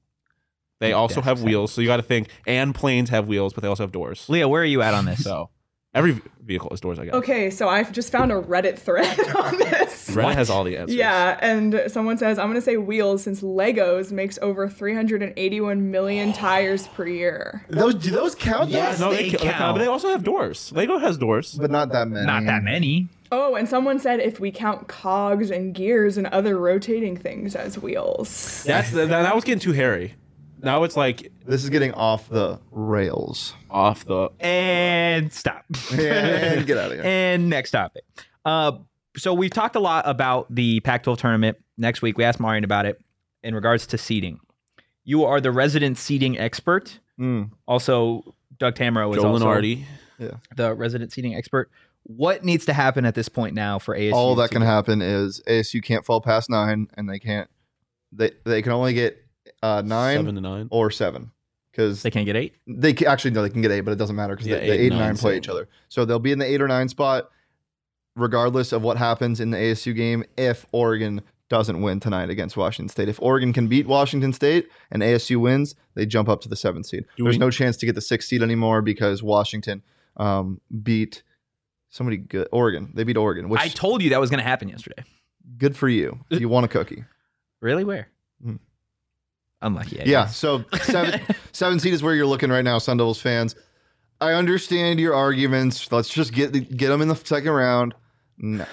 C: They
A: Yeah,
C: also have
A: exactly.
C: wheels, so you got to think. And planes have wheels, but they also have doors.
A: Leah, where are you at on this?
C: So every vehicle has doors. I guess.
F: Okay, so I've just found a Reddit thread on this.
C: Reddit has all the answers.
F: Yeah, and someone says I'm gonna say wheels since Legos makes over 381 million tires per year.
B: Those do those count?
C: Yeah,
A: Yes,
C: no, they,
A: they
C: ca- they count.
A: count.
C: But they also have doors. Lego has doors.
B: But not that many.
A: Not that many.
F: Oh, and someone said if we count cogs and gears and other rotating things as wheels.
C: That's that, that was getting too hairy. Now it's like
B: This is getting off the rails.
C: off the.
A: And stop.
B: And get out of here.
A: And next topic. Uh, so we've talked a lot about the Pac-12 tournament. Next week, we asked Marion about it in regards to seating. You are the resident seating expert.
B: Mm.
A: Also, Doug Tamro is
C: Joe
A: also
C: Lenardi.
A: the resident seating expert. What needs to happen at this point now for ASU?
B: All that
A: to
B: can
A: get-
B: happen is ASU can't fall past nine, and they can't. They they can only get uh, nine
C: Seven to nine.
B: or seven because
A: They can't get eight.
B: they ca actually no, they can get eight, but it doesn't matter because
C: Yeah,
B: the, the
C: eight,
B: eight and
C: nine,
B: nine play
C: same.
B: each other. So they'll be in the eight or nine spot, regardless of what happens in the ASU game. If Oregon doesn't win tonight against Washington State, if Oregon can beat Washington State and ASU wins, they jump up to the seventh seed.
C: Do
B: There's
C: we-
B: no chance to get the sixth seed anymore because Washington um, beat somebody good. Oregon, they beat Oregon, which
A: I told you that was going to happen yesterday.
B: good for you.
C: Uh,
B: If you want a cookie?
A: Really? Where?
B: Hmm.
A: Unlucky. I
B: Yeah.
A: guess.
B: So seven, seven seed is where you're looking right now, Sun Devils fans. I understand your arguments. Let's just get get them in the second round. No.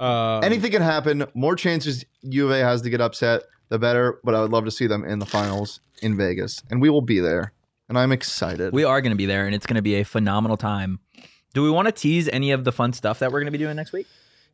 C: Um,
B: Anything can happen. More chances U of A has to get upset, the better. But I would love to see them in the finals in Vegas, and we will be there. And I'm excited.
A: We are going to be there, and it's going to be a phenomenal time. Do we want to tease any of the fun stuff that we're going to be doing next week?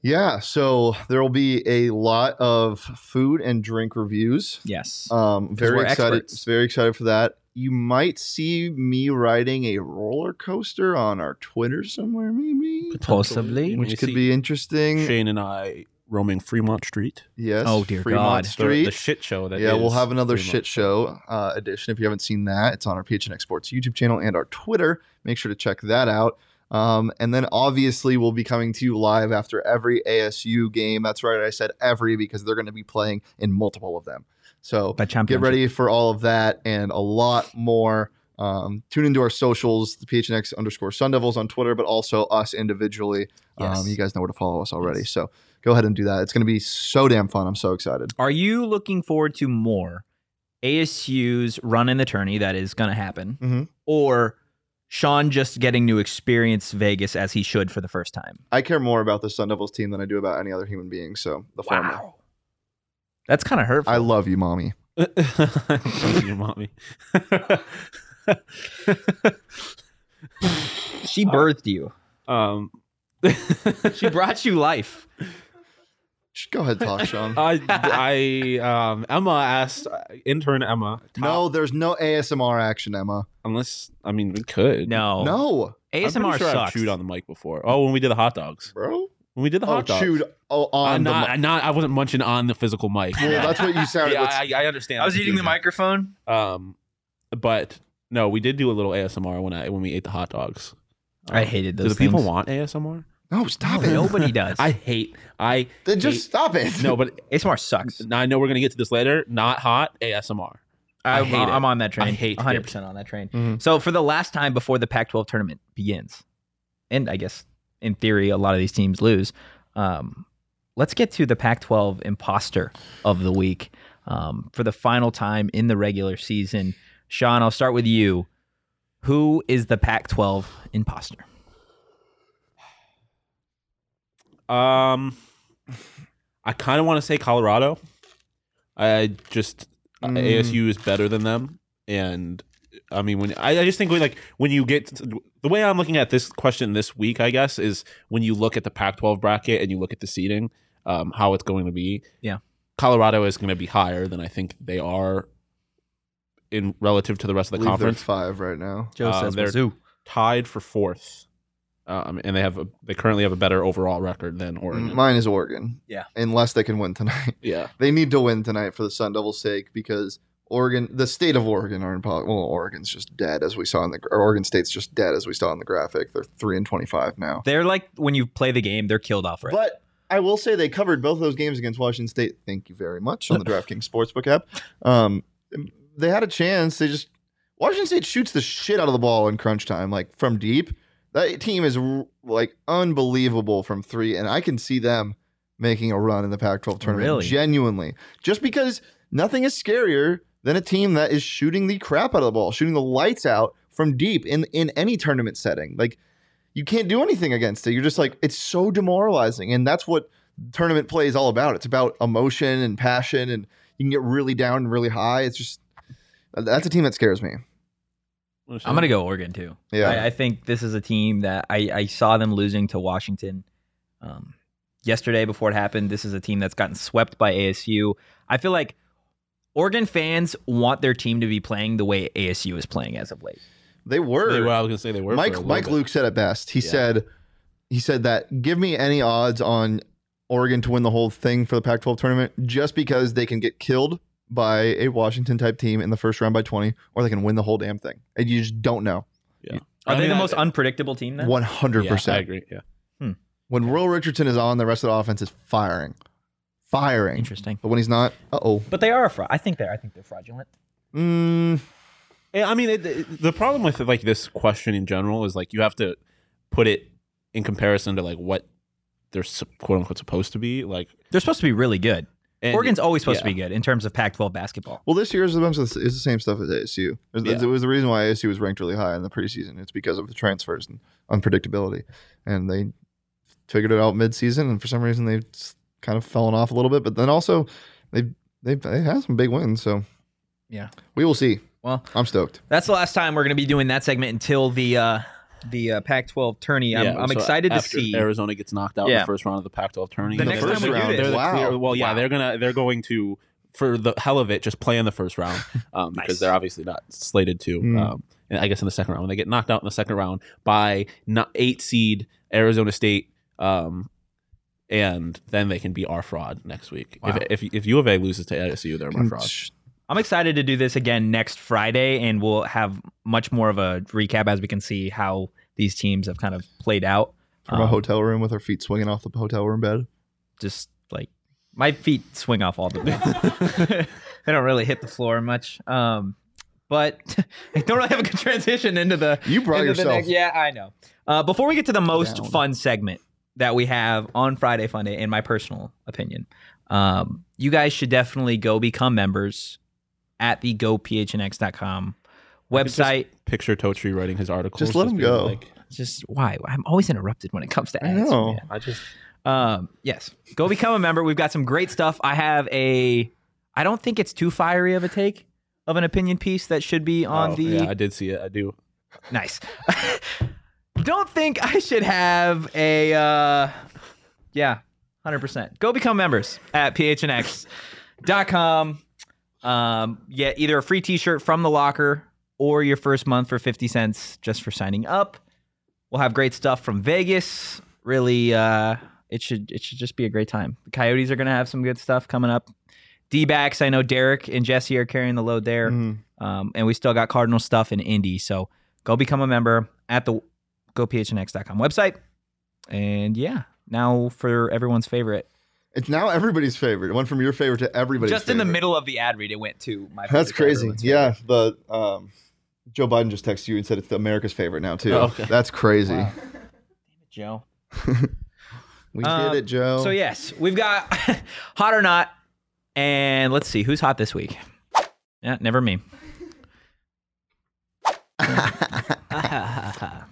B: yeah. So there will be a lot of food and drink reviews.
A: Yes.
B: Um, very
A: we're
B: excited.
A: experts.
B: Very excited for that. You might see me riding a roller coaster on our Twitter somewhere, maybe.
A: Possibly.
C: You
A: When
B: which
C: may
B: could
C: see
B: be interesting.
C: Shane and I roaming Fremont Street.
B: Yes.
A: Oh, dear God.
B: Fremont
A: The-
C: The- The,
B: Street.
C: shit show. That
B: yeah, we'll
C: is
B: have another
C: Fremont.
B: shit show uh, edition. If you haven't seen that, it's on our PHNX Sports YouTube channel and our Twitter. Make sure to check that out. Um, and then obviously we'll be coming to you live after every ASU game. That's right, I said every because they're going to be playing in multiple of them. So
A: By
B: get
A: championship.
B: ready for all of that and a lot more. Um, tune into our socials, the PHNX underscore Sun Devils on Twitter, but also us individually.
A: Yes.
B: Um, you guys know where to follow us already. So go ahead and do that. It's going to be so damn fun. I'm so excited.
A: Are you looking forward to more ASU's run in the tourney that is going to happen,
B: Mhm.
A: or Sean just getting to experience Vegas as he should for the first time?
B: I care more about the Sun Devils team than I do about any other human being. So the former.
A: That's kind of hurtful.
B: I love you, mommy.
C: Your mommy.
A: she birthed you.
C: um,
A: She brought you life.
B: Just go ahead, talk, Sean.
C: I, I, um, Emma asked intern Emma. top-
B: no, there's no ASMR action, Emma.
C: unless I mean we could.
A: No.
B: No,
C: I'm pretty
A: ASMR
C: sure I've
A: sucks.
C: chewed on the mic before. Oh, when we did the hot dogs.
B: bro.
C: When we did the
B: oh,
C: hot dogs.
B: chewed oh,
C: I'm
B: on the
C: not,
B: mic.
C: I'm not. I wasn't munching on the physical mic.
B: Well, that's what you sounded.
C: yeah,
B: that's-
C: I, I understand.
A: I was eating the microphone.
C: Um, but no, we did do a little ASMR when I when we ate the hot dogs.
A: I hated
C: Do
A: those
C: the people
A: things.
C: want ASMR?
B: no, stop it.
A: Nobody does.
C: I hate. I
B: Then just stop it.
C: no, but
A: ASMR sucks.
C: now I know we're gonna get to this later. Not hot ASMR. I
A: I'm,
C: hate it.
A: I'm on that train.
C: I hate it. Mm-hmm.
A: 100% on that train.
B: Mhm.
A: So for the last time before the Pac-12 tournament begins, and I guess in theory a lot of these teams lose. Um, let's get to the Pac-12 imposter of the week um, for the final time in the regular season. Sean, I'll start with you. Who is the Pac-12 imposter?
C: Um, I kind of want to say Colorado. I just
B: Mm.
C: ASU is better than them, and I mean when I, I just think when, like when you get to, the way I'm looking at this question this week, I guess is when you look at the Pac-12 bracket and you look at the seeding, um, how it's going to be.
A: Yeah.
C: Colorado is going to be higher than I think they are in relative to the rest of the
B: believe they're
C: conference.
B: five right now.
A: Joe
C: Uh,
A: says
C: they're-
A: Mizzou.
C: tied for fourth, um, and they have a, they currently have a better overall record than Oregon.
B: Mine is Oregon.
A: Yeah.
B: Unless they can win tonight.
C: yeah,
B: they need to win tonight for the Sun Devil's sake because Oregon, the state of Oregon, are in poli- well, Oregon's just dead as we saw in the or Oregon State's just dead as we saw in the graphic. They're three and twenty-five now.
A: They're like when you play the game, they're killed off. Right.
B: But I will say they covered both of those games against Washington State. Thank you very much on the DraftKings Sportsbook app. Um, they had a chance. They just Washington State shoots the shit out of the ball in crunch time, like from deep. That team is r- like unbelievable from three, and I can see them making a run in the Pac-12 tournament.
A: Really?
B: Genuinely, just because nothing is scarier than a team that is shooting the crap out of the ball, shooting the lights out from deep in in any tournament setting. Like you can't do anything against it. You're just like it's so demoralizing, and that's what tournament play is all about. It's about emotion and passion, and you can get really down and really high. It's just that's a team that scares me.
A: I'm gonna go Oregon too.
B: Yeah.
A: I, I think this is a team that I, I saw them losing to Washington um, yesterday before it happened. This is a team that's gotten swept by ASU. I feel like Oregon fans want their team to be playing the way ASU is playing as of late.
B: They were.
C: They were- I was gonna say they were. for a
B: Mike
C: little
B: Mike
C: bit.
B: Luke said it best. He
C: Yeah.
B: said he said that give me any odds on Oregon to win the whole thing for the Pac-12 tournament just because they can get killed by a Washington type team in the first round by 20 or they can win the whole damn thing. And you just don't know.
A: Are
C: I
A: they
C: mean,
A: the
C: I-
A: most unpredictable team then?
B: 100%.
C: Yeah, I agree. Yeah,
B: When Will Richardson is on, the rest of the offense is firing. Firing.
A: Interesting.
B: But when he's not, uh-oh.
A: But they are a fraud. I think they're I think they're fraudulent.
B: Mm,
C: Yeah, I mean, it, it- the problem with like this question in general is like you have to put it in comparison to like what they're su- quote unquote supposed to be. Like
A: They're supposed to be really good.
C: and-
A: Oregon's always supposed
C: yeah.
A: to be good in terms of Pac-12 basketball.
B: well, this year is a bunch of is the same stuff as ASU. It was-
C: Yeah.
B: It was the reason why ASU was ranked really high in the preseason. It's because of the transfers and unpredictability, and they figured it out midseason. And for some reason, they've s- kind of fallen off a little bit. But then also, they they they had some big wins. So
A: Yeah.
B: we will see.
A: Well,
B: I'm stoked.
A: that's the last time we're going to be doing that segment until the uh, the uh, Pac-12 tourney. I'm,
C: Yeah,
A: I'm
C: so
A: excited to
C: after
A: see.
C: Arizona gets knocked out in
A: Yeah.
C: the first round of the Pac-12 tourney.
A: The
C: they're-
A: next time
C: they're-
A: we do
C: they're
A: this.
C: the
B: Wow.
C: clear- well, yeah,
B: Wow.
C: they're gonna they're going to for the hell of it just play in the first round um, because they're obviously not slated to.
B: Mm.
C: Um, and I guess in the second round when they get knocked out in the second round by not eight seed Arizona State. Um, and then they can be our fraud next week.
A: Wow.
C: If, if if U of A loses to ASU, they're my fraud.
A: I'm excited to do this again next Friday, and we'll have much more of a recap as we can see how these teams have kind of played out.
B: From a
A: Um,
B: hotel room with our feet swinging off the hotel room bed.
A: Just like my feet swing off all the time. they don't really hit the floor much. Um, but I don't really have a good transition into the
B: You brought
A: into the
B: yourself.
A: next- yeah, I know. Uh, before we get to the most
B: Down.
A: fun segment that we have on Friday Funday, in my personal opinion, um, you guys should definitely go become members at the gophnx.com website.
C: Picture Totri writing his article.
B: Just let him
C: being
B: go.
C: like-
A: Just, why I'm always interrupted when it comes to
B: I
A: ads.
B: know.
A: man.
E: I just
A: Um, yes, go become a member. We've got some great stuff. I have a. I don't think it's too fiery of a take of an opinion piece that should be on
C: Oh,
A: the
C: yeah, I did see it. I do.
A: Nice. Don't think I should have a uh yeah, 100%. Go become members at phnx.com. Um get either a free t-shirt from the locker or your first month for 50 cents just for signing up. We'll have great stuff from Vegas. Really uh it should it should just be a great time. The Coyotes are going to have some good stuff coming up. D-backs, I know Derek and Jesse are carrying the load there.
B: Mm.
A: Um, and we still got Cardinal stuff in Indy. So go become a member at the gophnx.com website. And yeah, now for everyone's favorite.
B: It's now everybody's favorite. It went from your favorite to everybody's.
A: Just in the
B: favorite.
A: middle of the ad read, it went to my
B: That's
A: favorite to
B: crazy.
A: everyone's favorite.
B: Yeah, the um, Joe Biden just texted you and said it's America's favorite now too.
C: Oh, okay.
B: That's crazy.
A: Joe.
B: We
A: Um,
B: did it, Joe.
A: So yes, we've got hot or not. And let's see who's hot this week. Yeah, never me. Is that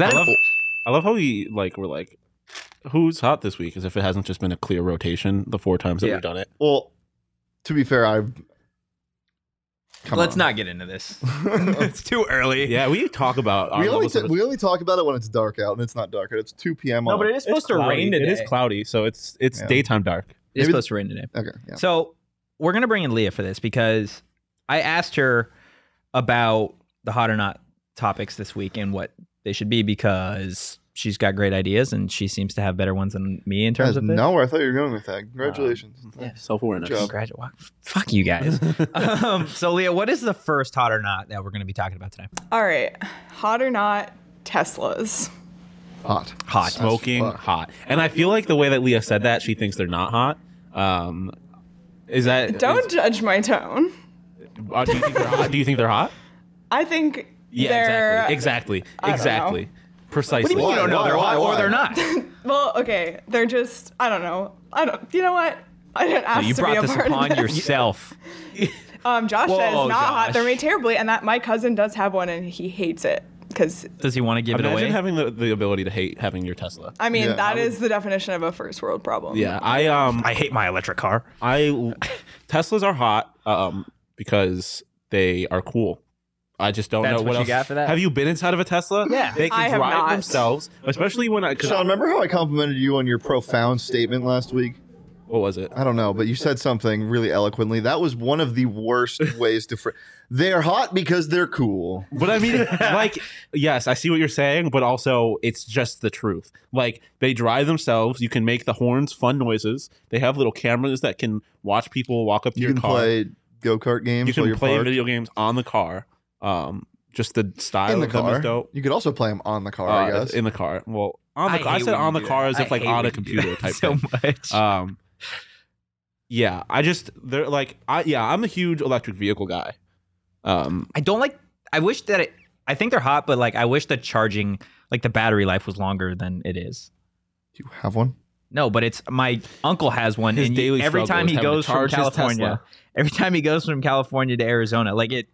C: I
A: it?
C: love, I love how we like we're like, who's hot this week? As if it hasn't just been a clear rotation the four times that
A: Yeah.
C: we've done it.
B: well, to be fair, I. Come
A: Let's
B: on.
A: not get into this. it's too early.
C: Yeah, we talk about our
B: We only,
C: levels
B: t-
C: of-
B: we only talk about it when it's dark out, and it's not dark out. It's two p.m.
A: No,
B: on-
A: but it is
C: it's
A: supposed to
C: cloudy.
A: rain today.
C: It is cloudy, so it's it's
B: Yeah.
C: daytime dark.
A: It is
B: Maybe-
A: supposed to rain today.
B: okay. Yeah.
A: So we're gonna bring in Leah for this because I asked her about the hot or not topics this week and what they should be because she's got great ideas and she seems to have better ones than me in terms
B: That's
A: of this.
B: not where I thought you were going with
A: Uh,
B: that. Congratulations.
E: Self awareness.
B: Good job.
A: Graduate. Fuck you guys. um, so, Leah, what is the first hot or not that we're going to be talking about today?
F: All right, hot or not, Teslas.
B: Hot.
A: Hot.
C: smoking
B: fuck.
C: hot. And I feel like the way that Leah said that, she thinks they're not hot. Um, is that
F: Don't judge my tone.
C: is- uh, do, you think they're hot? do you think they're hot?
F: I think
C: Yeah,
F: they're
C: exactly, exactly,
F: don't
C: exactly, precisely.
A: What do you mean you don't know
B: Why,
A: they're
B: why,
A: hot or
B: why?
A: they're not?
F: well, okay. They're just I don't know. I don't. You know what? I didn't ask
A: you
F: to be
A: brought
F: a
A: this
F: part
A: upon
F: of this.
A: yourself.
F: Um, Josh says
A: Whoa,
F: not hot. They're
A: Josh.
F: made terribly, and that my cousin does have one, and he hates it because
A: Does he want to give it away?
C: Imagine having the, the ability to hate having your Tesla.
F: I mean
B: Yeah,
F: that
B: I
F: is the definition of a first world problem.
C: Yeah, I um,
A: I hate my electric car.
C: I Teslas are hot um because they are cool. I just don't
A: That's
C: know
A: what
C: what,
A: you
C: else.
A: got for that?
C: Have you been inside of a Tesla?
A: Yeah.
C: they can
F: I have
C: drive
F: not.
C: themselves. Especially when I. 'cause-
B: Sean, remember how I complimented you on your profound statement last week?
C: what was it?
B: I don't know, but you said something really eloquently. That was one of the worst ways to. Fr- they're hot because they're cool.
C: But I mean, like, yes, I see what you're saying, but also it's just the truth. Like, they drive themselves. You can make the horns fun noises. They have little cameras that can watch people walk up to
B: You
C: your
B: can
C: car.
B: play go kart games.
C: you
B: while
C: can
B: you're
C: play
B: parked.
C: video games on the car. Um, just the style
B: in the
C: of them is
B: car.
C: dope.
B: You could also play them on the car, I
C: Uh,
B: guess.
C: in the car. Well, on the
A: I
C: car. I
A: hate
C: said
A: when
C: on
A: you
C: the
A: do
C: car
A: that.
C: as
A: I
C: if like
A: hate when
C: on a
A: you do
C: computer
A: that
C: type
A: so
C: thing.
A: much.
C: Um, yeah, I just they're like I yeah I'm a huge electric vehicle guy. Um,
A: I don't like. I wish that it. I think they're hot, but like I wish the charging, like the battery life, was longer than it is.
B: Do you have one?
A: No, but it's my uncle has one.
C: His
A: and you-
C: daily
A: every
C: struggle
A: time
C: is
A: he
C: having to
A: goes from
C: charge his
A: California,
C: Tesla.
A: every time he goes from California to Arizona, like it,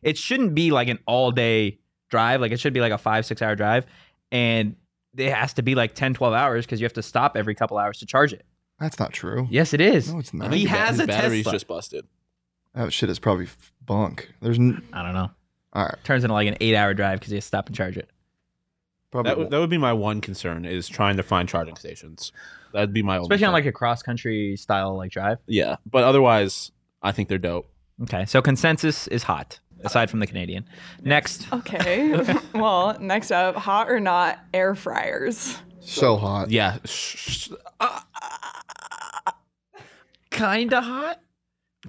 A: it shouldn't be like an all day drive. Like it should be like a five six hour drive, and it has to be like 10, 12 hours because you have to stop every couple hours to charge it.
B: That's not true.
A: Yes, it is.
B: No, it's
C: I
B: not.
C: think
A: He
C: the ba-
A: has
C: his
A: a
C: battery's
A: Tesla.
C: just busted.
B: That shit is probably f- bunk. There's n-
A: I don't know.
B: all right.
A: Turns into like an eight hour drive because you have to stop and charge it.
B: Probably.
C: That, would- that would be my one concern is trying to find charging stations. That'd be my only
A: Especially on
C: thing.
A: like a cross country style like drive.
C: yeah, but otherwise I think they're dope.
A: Okay, so consensus is hot, aside from the Canadian. Next,
F: Oh, Okay. well, next up, hot or not, air fryers.
B: so hot.
C: Yeah, sh- sh-
A: kinda hot,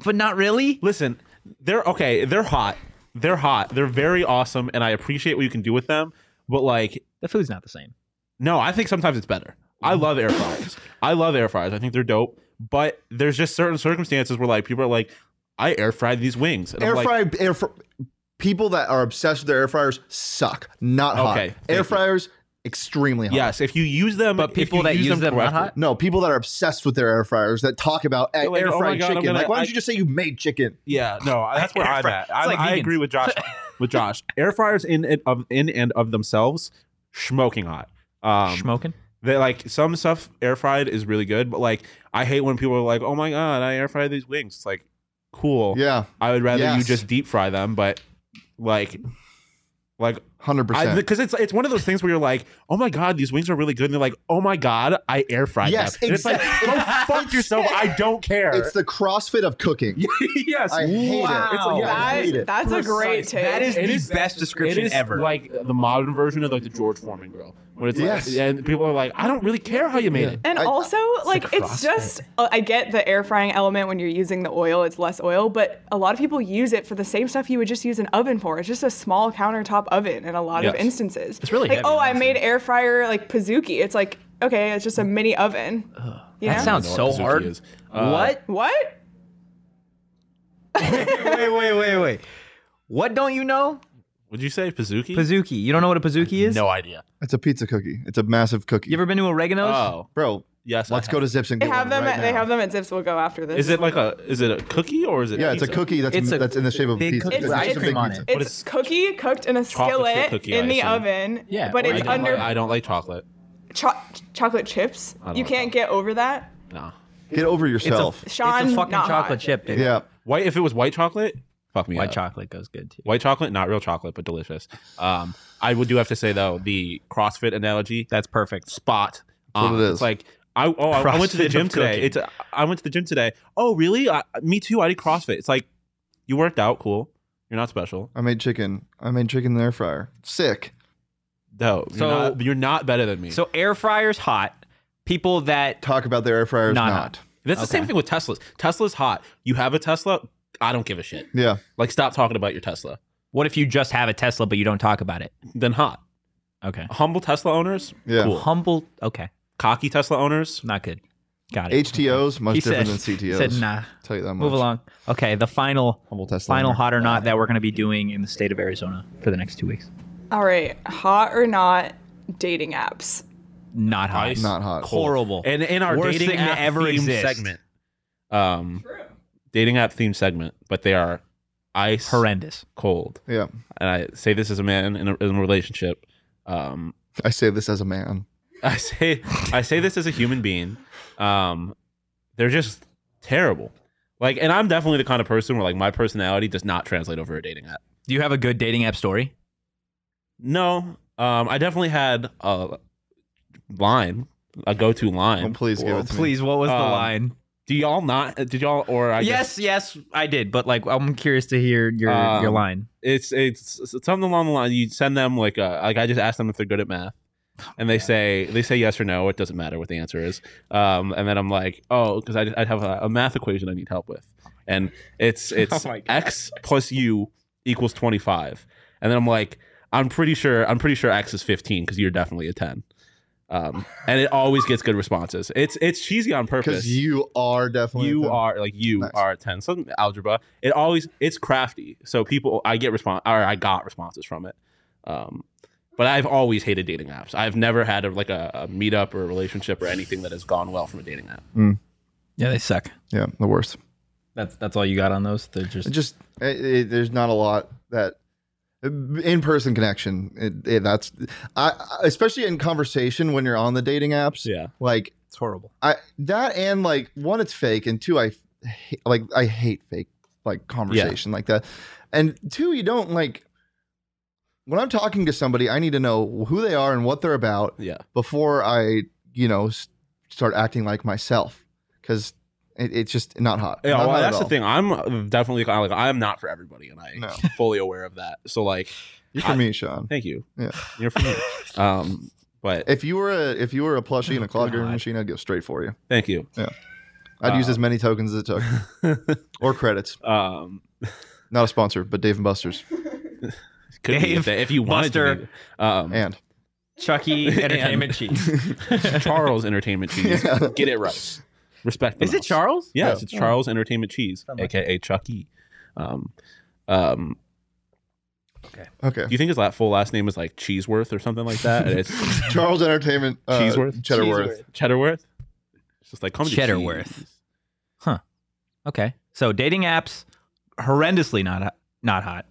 A: but not really.
C: listen, they're okay. They're hot. They're hot. They're very awesome, and I appreciate what you can do with them. But like
A: The food's not the same.
C: No, I think sometimes it's better. I
A: Mm-hmm.
C: love air fryers. I love air fryers. I think they're dope. But there's just certain circumstances where like people are like, I air fried these wings. And I'm
B: Air fry.
C: like,
B: Air fr- people that are obsessed with their air fryers suck. Not hot.
C: Okay, thank
B: air
C: you.
B: fryers extremely hot.
C: Yes, if you use them,
A: But
C: if
A: people
C: you
A: that use them not
C: correctly-
A: hot?
B: No, people that are obsessed with their air fryers that talk about a-
C: They're like,
B: air
C: "Oh my
B: fried
C: God, I'm
B: chicken.
C: gonna-
B: like, why don't
C: I-
B: you just say you made chicken?
C: Yeah, no, I- that's where
A: Air
C: I'm
A: fry-
C: at.
A: it's
C: I,
A: like
C: I
A: vegans.
C: agree with Josh. with Josh, air fryers in and of in and of themselves, smoking hot. Um,
A: Smoking.
C: they like some stuff air fried is really good, but like I hate when people are like, "Oh my god, I air fried these wings." It's like, cool.
B: Yeah,
C: I would rather you
B: Yes.
C: just deep fry them, but like, like
B: hundred percent.
C: because it's it's one of those things where you're like, oh my god, these wings are really good, and they're like, oh my god, I air fried
B: Yes,
C: them. And
B: exact-
C: It's like, go fuck yourself. I don't care.
B: It's the CrossFit of cooking.
C: yes,
B: I hate
A: Wow.
B: it. It's
C: Yeah,
F: That-
B: I hate it.
F: that's a great take.
A: That is
C: It
A: the
C: is-
A: best
C: it
A: description
C: is
A: ever.
C: like the modern version of like the George Foreman grill. When it's
B: Yes.
C: like, and people are like, I don't really care how you made it.
F: And
B: I-
F: also, like,
C: a
F: it's just, uh, I get the air frying element when you're using the oil, it's less oil, but a lot of people use it for the same stuff you would just use an oven for. It's just a small countertop oven in a lot of
C: Yes.
F: instances. It's
A: really
F: like,
A: heavy,
F: oh, I
A: honestly.
F: made air fryer like Pizookie. It's like, okay, it's just a mini oven. You
A: that
F: know?
A: sounds
C: I don't know
A: so
C: what Pizookie
A: hard.
C: is. Uh,
A: what?
F: What?
A: wait, wait, wait, wait. What don't you know?
C: Would you say Pizookie?
A: Pizookie. You don't know what a pizookie is?
C: No idea.
B: It's a pizza cookie. It's a massive cookie.
A: You ever been to Oregano's?
C: Oh
B: Bro,
C: yes. I
B: let's go
C: have.
B: to Zips and
F: They
B: get
F: have
B: one
F: them.
B: right
F: at, they
B: now.
F: have them at Zips. We'll go after this.
C: Is it like a is it a cookie or is it?
B: Yeah, it's a
C: pizza?
B: cookie that's
A: It's a
B: that's in the shape of a
A: big
B: pizza.
A: cookie
F: It's-
B: a
F: it's
B: big
A: cream on
B: pizza.
A: it.
C: But
F: It's
C: it's
F: cookie cooked in a
C: chocolate chip
F: skillet
C: cookie,
F: in
C: I
F: the
C: assume.
F: oven.
A: Yeah,
F: but
A: or
C: I
F: it's
C: don't
F: under
C: like- I don't like chocolate.
F: cho- chocolate chips.
C: don't
F: You
C: know.
F: can't get over that.
C: No.
B: Get over yourself.
F: Sean,
A: it's a fucking
F: not
A: chocolate
F: hot.
A: chip, dude.
B: yeah.
C: White. If it was white chocolate, fuck me.
A: White
C: up.
A: chocolate goes good too.
C: White chocolate, not real chocolate, but delicious. Um, I would do have to say though the CrossFit analogy
A: That's perfect.
C: spot.
B: what
C: on.
B: it is.
C: It's like I oh I, I went
A: CrossFit
C: to the
A: of
C: gym today.
A: cooking.
C: It's I went to the gym today. Oh really? I, me too. I did CrossFit. It's like you worked out, cool. You're not special.
B: I made chicken. I made chicken in the air fryer. Sick.
C: No,
A: So-
C: you're, not, you're not better than me.
A: So air fryers hot. People that
B: Talk about the air fryer is
A: Not
B: not.
A: hot.
C: that's the same
A: okay.
C: thing with Teslas. Tesla's hot. You have a Tesla. I don't give a shit.
B: Yeah.
C: Like, stop talking about your Tesla.
A: what if you just have a Tesla but you don't talk about it?
C: Then hot.
A: Okay.
C: Humble Tesla owners,
B: Yeah.
C: Cool.
A: Humble. Okay.
C: cocky Tesla owners.
A: Not good. Got it.
B: HTOs much
A: He
B: different
A: said-
B: than
A: he
B: CTOs.
A: said nah.
B: Tell you that much.
A: Move along. Okay. The final
B: Humble Tesla.
A: final
B: owner.
A: hot or not that we're going to be doing in the state of Arizona for the next two weeks.
F: All right, hot or not, dating apps.
A: Not hot.
C: Ice.
B: Not hot.
A: Horrible.
C: And in our
A: Worst
C: dating
A: thing
C: app
A: to ever
C: theme
A: exist.
C: segment, um, dating app theme segment, but they are ice
A: horrendous.
C: cold.
B: Yeah.
C: And I say this as a man in a, in a relationship. Um,
B: I say this as a man.
C: I say I say this as a human being. Um, they're just terrible. Like, and I'm definitely the kind of person where like my personality does not translate over a dating app.
A: Do you have a good dating app story?
C: No, um, I definitely had a line, a go-to
B: Oh,
C: line.
B: please give
A: Well,
B: it to me.
A: please, what was the
C: Um,
A: line?
C: Do y'all not? uh, Did y'all or I? guess-
A: yes, yes, I did, but like I'm curious to hear your your
C: Um,
A: line.
C: it's it's it's something along the line. You send them like a, like I just asked them if they're good at math, and they say they say yes or no. It doesn't matter what the answer is. Um, and then I'm like, oh, because I, I have a, a math equation I need help with, and it's it's x plus u equals twenty five. And then I'm like, I'm pretty sure I'm pretty sure x is fifteen because you're definitely a ten. Um, and it always gets good responses. It's it's cheesy on purpose
B: Because you are definitely.
C: you
B: the-
C: are like you
B: Nice.
C: are a 10 some algebra it always it's crafty so people i get response or i got responses from it um but i've always hated dating apps i've never had a, like a, a meetup or a relationship or anything that has gone well from a dating app
A: Yeah, they suck.
B: Yeah, the worst.
A: That's that's all you got on those. They're just
B: It just it, it, there's not a lot that in-person connection. It, it, that's I I- especially in conversation when you're on the dating apps.
C: yeah
B: Like
A: it's horrible.
B: I that and like one, it's fake, and two, I ha- like I hate fake like conversation like that, and two, you don't like when I'm talking to somebody, I need to know who they are and what they're about
C: yeah
B: before I you know s- start acting like myself because it, it's just not hot.
C: yeah
B: Not
C: well,
B: hot at
C: that's the
B: all.
C: thing i'm definitely kind of like i'm not for everybody and i'm
B: No.
C: fully aware of that so like
B: You're for
C: I-
B: me, Sean.
C: thank you
B: Yeah.
C: you're for me um but
B: If you were a if you were a plushie
C: Oh
B: and a clogging
A: God.
B: machine, I'd go straight for you.
C: thank you
B: I'd use
C: Uh,
B: as many tokens as it took, or credits.
C: um
B: Not a sponsor, but Dave and Buster's.
C: could be
A: Dave,
C: if, they- if you wanted
A: Buster.
C: to be. um
B: And
A: Chucky Entertainment Cheese.
C: um, Charles Entertainment Cheese.
B: Yeah.
C: Get it right. Respect. the
A: Is it
C: mouse.
A: Charles?
C: Yes, it's Charles Entertainment Cheese, aka Chuck E. Um, um,
B: okay,
C: do you think his la- full last name is like Cheeseworth or something like that? And It's
B: Charles Entertainment. Uh,
C: Cheeseworth?
B: Cheddarworth.
C: Cheddarworth. It's just like come to
A: Cheddarworth.
C: cheese.
A: Okay. So dating apps, horrendously not not hot.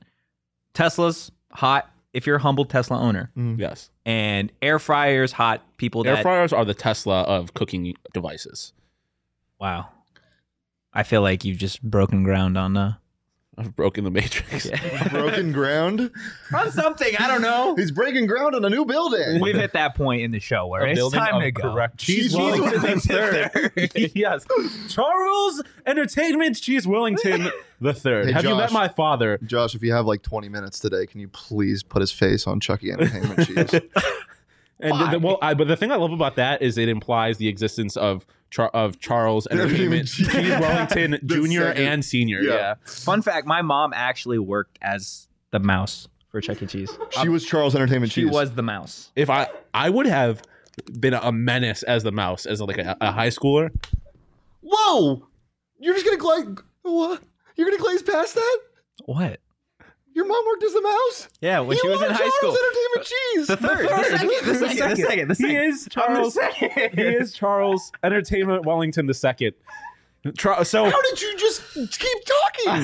A: Tesla's hot if you're a humble Tesla owner,
C: Yes,
A: and air fryers hot. People that
C: air fryers are the Tesla of cooking devices.
A: wow. I feel like you've just broken ground on uh,
C: I've broken the matrix.
B: Broken ground.
A: on something. I don't know.
B: He's breaking ground on a new building.
A: We've hit that point in the show where
C: A
A: it's
C: building
A: time
C: of
A: to go.
C: correct Cheese,
B: Cheese
C: Wellington
B: Wellington
C: the third. yes, Charles Entertainment Cheese Wellington the third.
B: Hey,
C: Have you
B: Josh.
C: met my father?
B: Josh, if you have like 20 minutes today, can you please put his face on Chucky Entertainment Cheese?
C: And the, the- well, I, but the thing I love about that is it implies the existence of Char- of Charles Entertainment Cheese
B: Entertainment.
C: Wellington
B: The
C: Junior
B: second.
C: and Senior.
B: Yeah.
C: Yeah.
A: Fun fact: My mom actually worked as the mouse for Chuck E. Cheese.
B: She was Charles
C: E.
B: Entertainment
A: She
B: Cheese.
A: was the mouse.
C: If I I would have been a menace as the mouse as like a, a high schooler.
B: Whoa! You're just gonna glaze. What? You're gonna glaze past that?
A: What?
B: Your mom worked as a mouse.
A: Yeah, when she was in high school.
B: Entertainment Cheese.
A: The third, the second, the second, the second, the
C: He
A: second.
C: is Charles. He is Charles Entertainment Wellington the second. Tra- so
B: How did you just keep talking?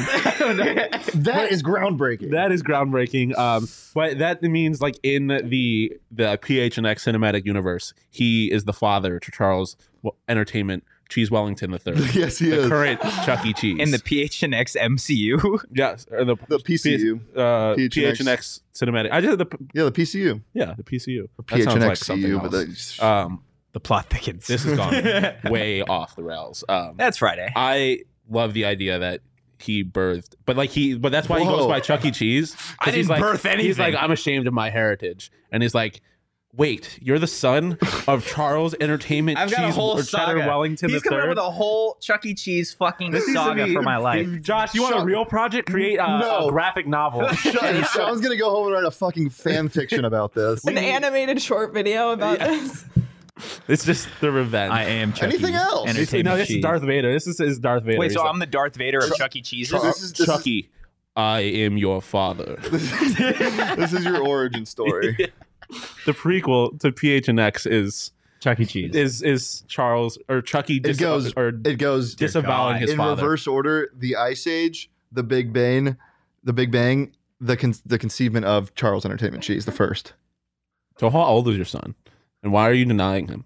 B: that is groundbreaking.
C: that is groundbreaking. Um, but that means like in the the PH and X cinematic universe, he is the father to Charles Wel- Entertainment Cheese Wellington the third.
B: yes, he
C: the
B: is.
C: current Chuck E. Cheese.
A: In the PHNX MCU.
C: yes, or the
B: The PCU.
C: uh,
B: PHNX.
C: PHNX cinematic. I did the p-
B: Yeah, the PCU.
C: yeah the PCU.
B: Or
C: That sounds like something
B: PHNXCU, but
C: else.
B: that's-
C: um,
A: The plot thickens.
C: this has gone way off the rails. Um,
A: That's Friday.
C: I love the idea that he birthed, but like he, but that's why he goes
B: Whoa.
C: by Chuck E. Cheese. 'cause
A: I didn't
C: he's like,
A: birth
C: He's like,
A: anything.
C: I'm ashamed of my heritage, and he's like, wait, you're the son of Charles Entertainment
A: I've
C: Cheese
A: got a whole
C: or Cheddar
A: saga.
C: Wellington
A: He's
C: III.
A: coming up with a whole Chuck E. Cheese fucking
C: This needs to
A: saga
C: be-
A: for my life.
C: Josh, you want a
B: Shut-
C: real project? Create a,
B: No.
C: a graphic novel.
B: Shut, Sean's gonna go home and write a fucking fan fiction about this.
F: An animated short video about
C: Yeah.
F: this.
C: it's just the revenge.
A: I am Chuck
B: Anything
A: E.
B: else?
C: It's-
A: Entertainment
C: no, this
A: Cheese.
C: is Darth Vader. This is, is Darth Vader.
A: Wait,
C: He's
A: so
C: like,
A: I'm the Darth Vader of Chuck E. Cheese.
B: This is- this is-
C: Chucky, I am your father.
B: this is your origin story.
C: the prequel to PH and X is
A: Chuck E. Cheese.
C: is is Charles or Chucky
B: It
C: dis-
B: goes.
C: or
B: It goes
C: disavowing
A: God.
C: his
B: in
C: father.
B: reverse order: the Ice Age, the Big Bang, the Big Bang, the con- the conceivement of Charles Entertainment Cheese, the first.
C: So how old is your son? And why are you denying him?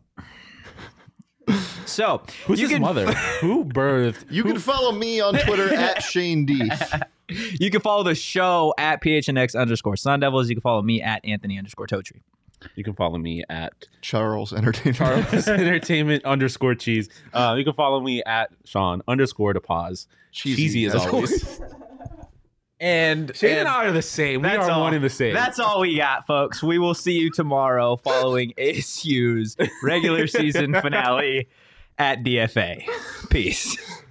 A: So
C: Who's
A: you
C: his
A: can,
C: mother? Who birthed?
B: You can follow me on Twitter at Shane Deef.
A: You can follow the show at PHNX underscore Sun Devils. You can follow me at Anthony underscore Totri.
C: You can follow me at
B: Charles Entertainment.
C: Charles Entertainment underscore cheese. Uh, you can follow me at Sean underscore to pause. Cheesy, as always.
A: And
C: Shane and I are the same. We
A: That's
C: are
A: all.
C: one in the same.
A: That's all we got, folks. We will see you tomorrow following ASU's regular season finale at DFA. Peace.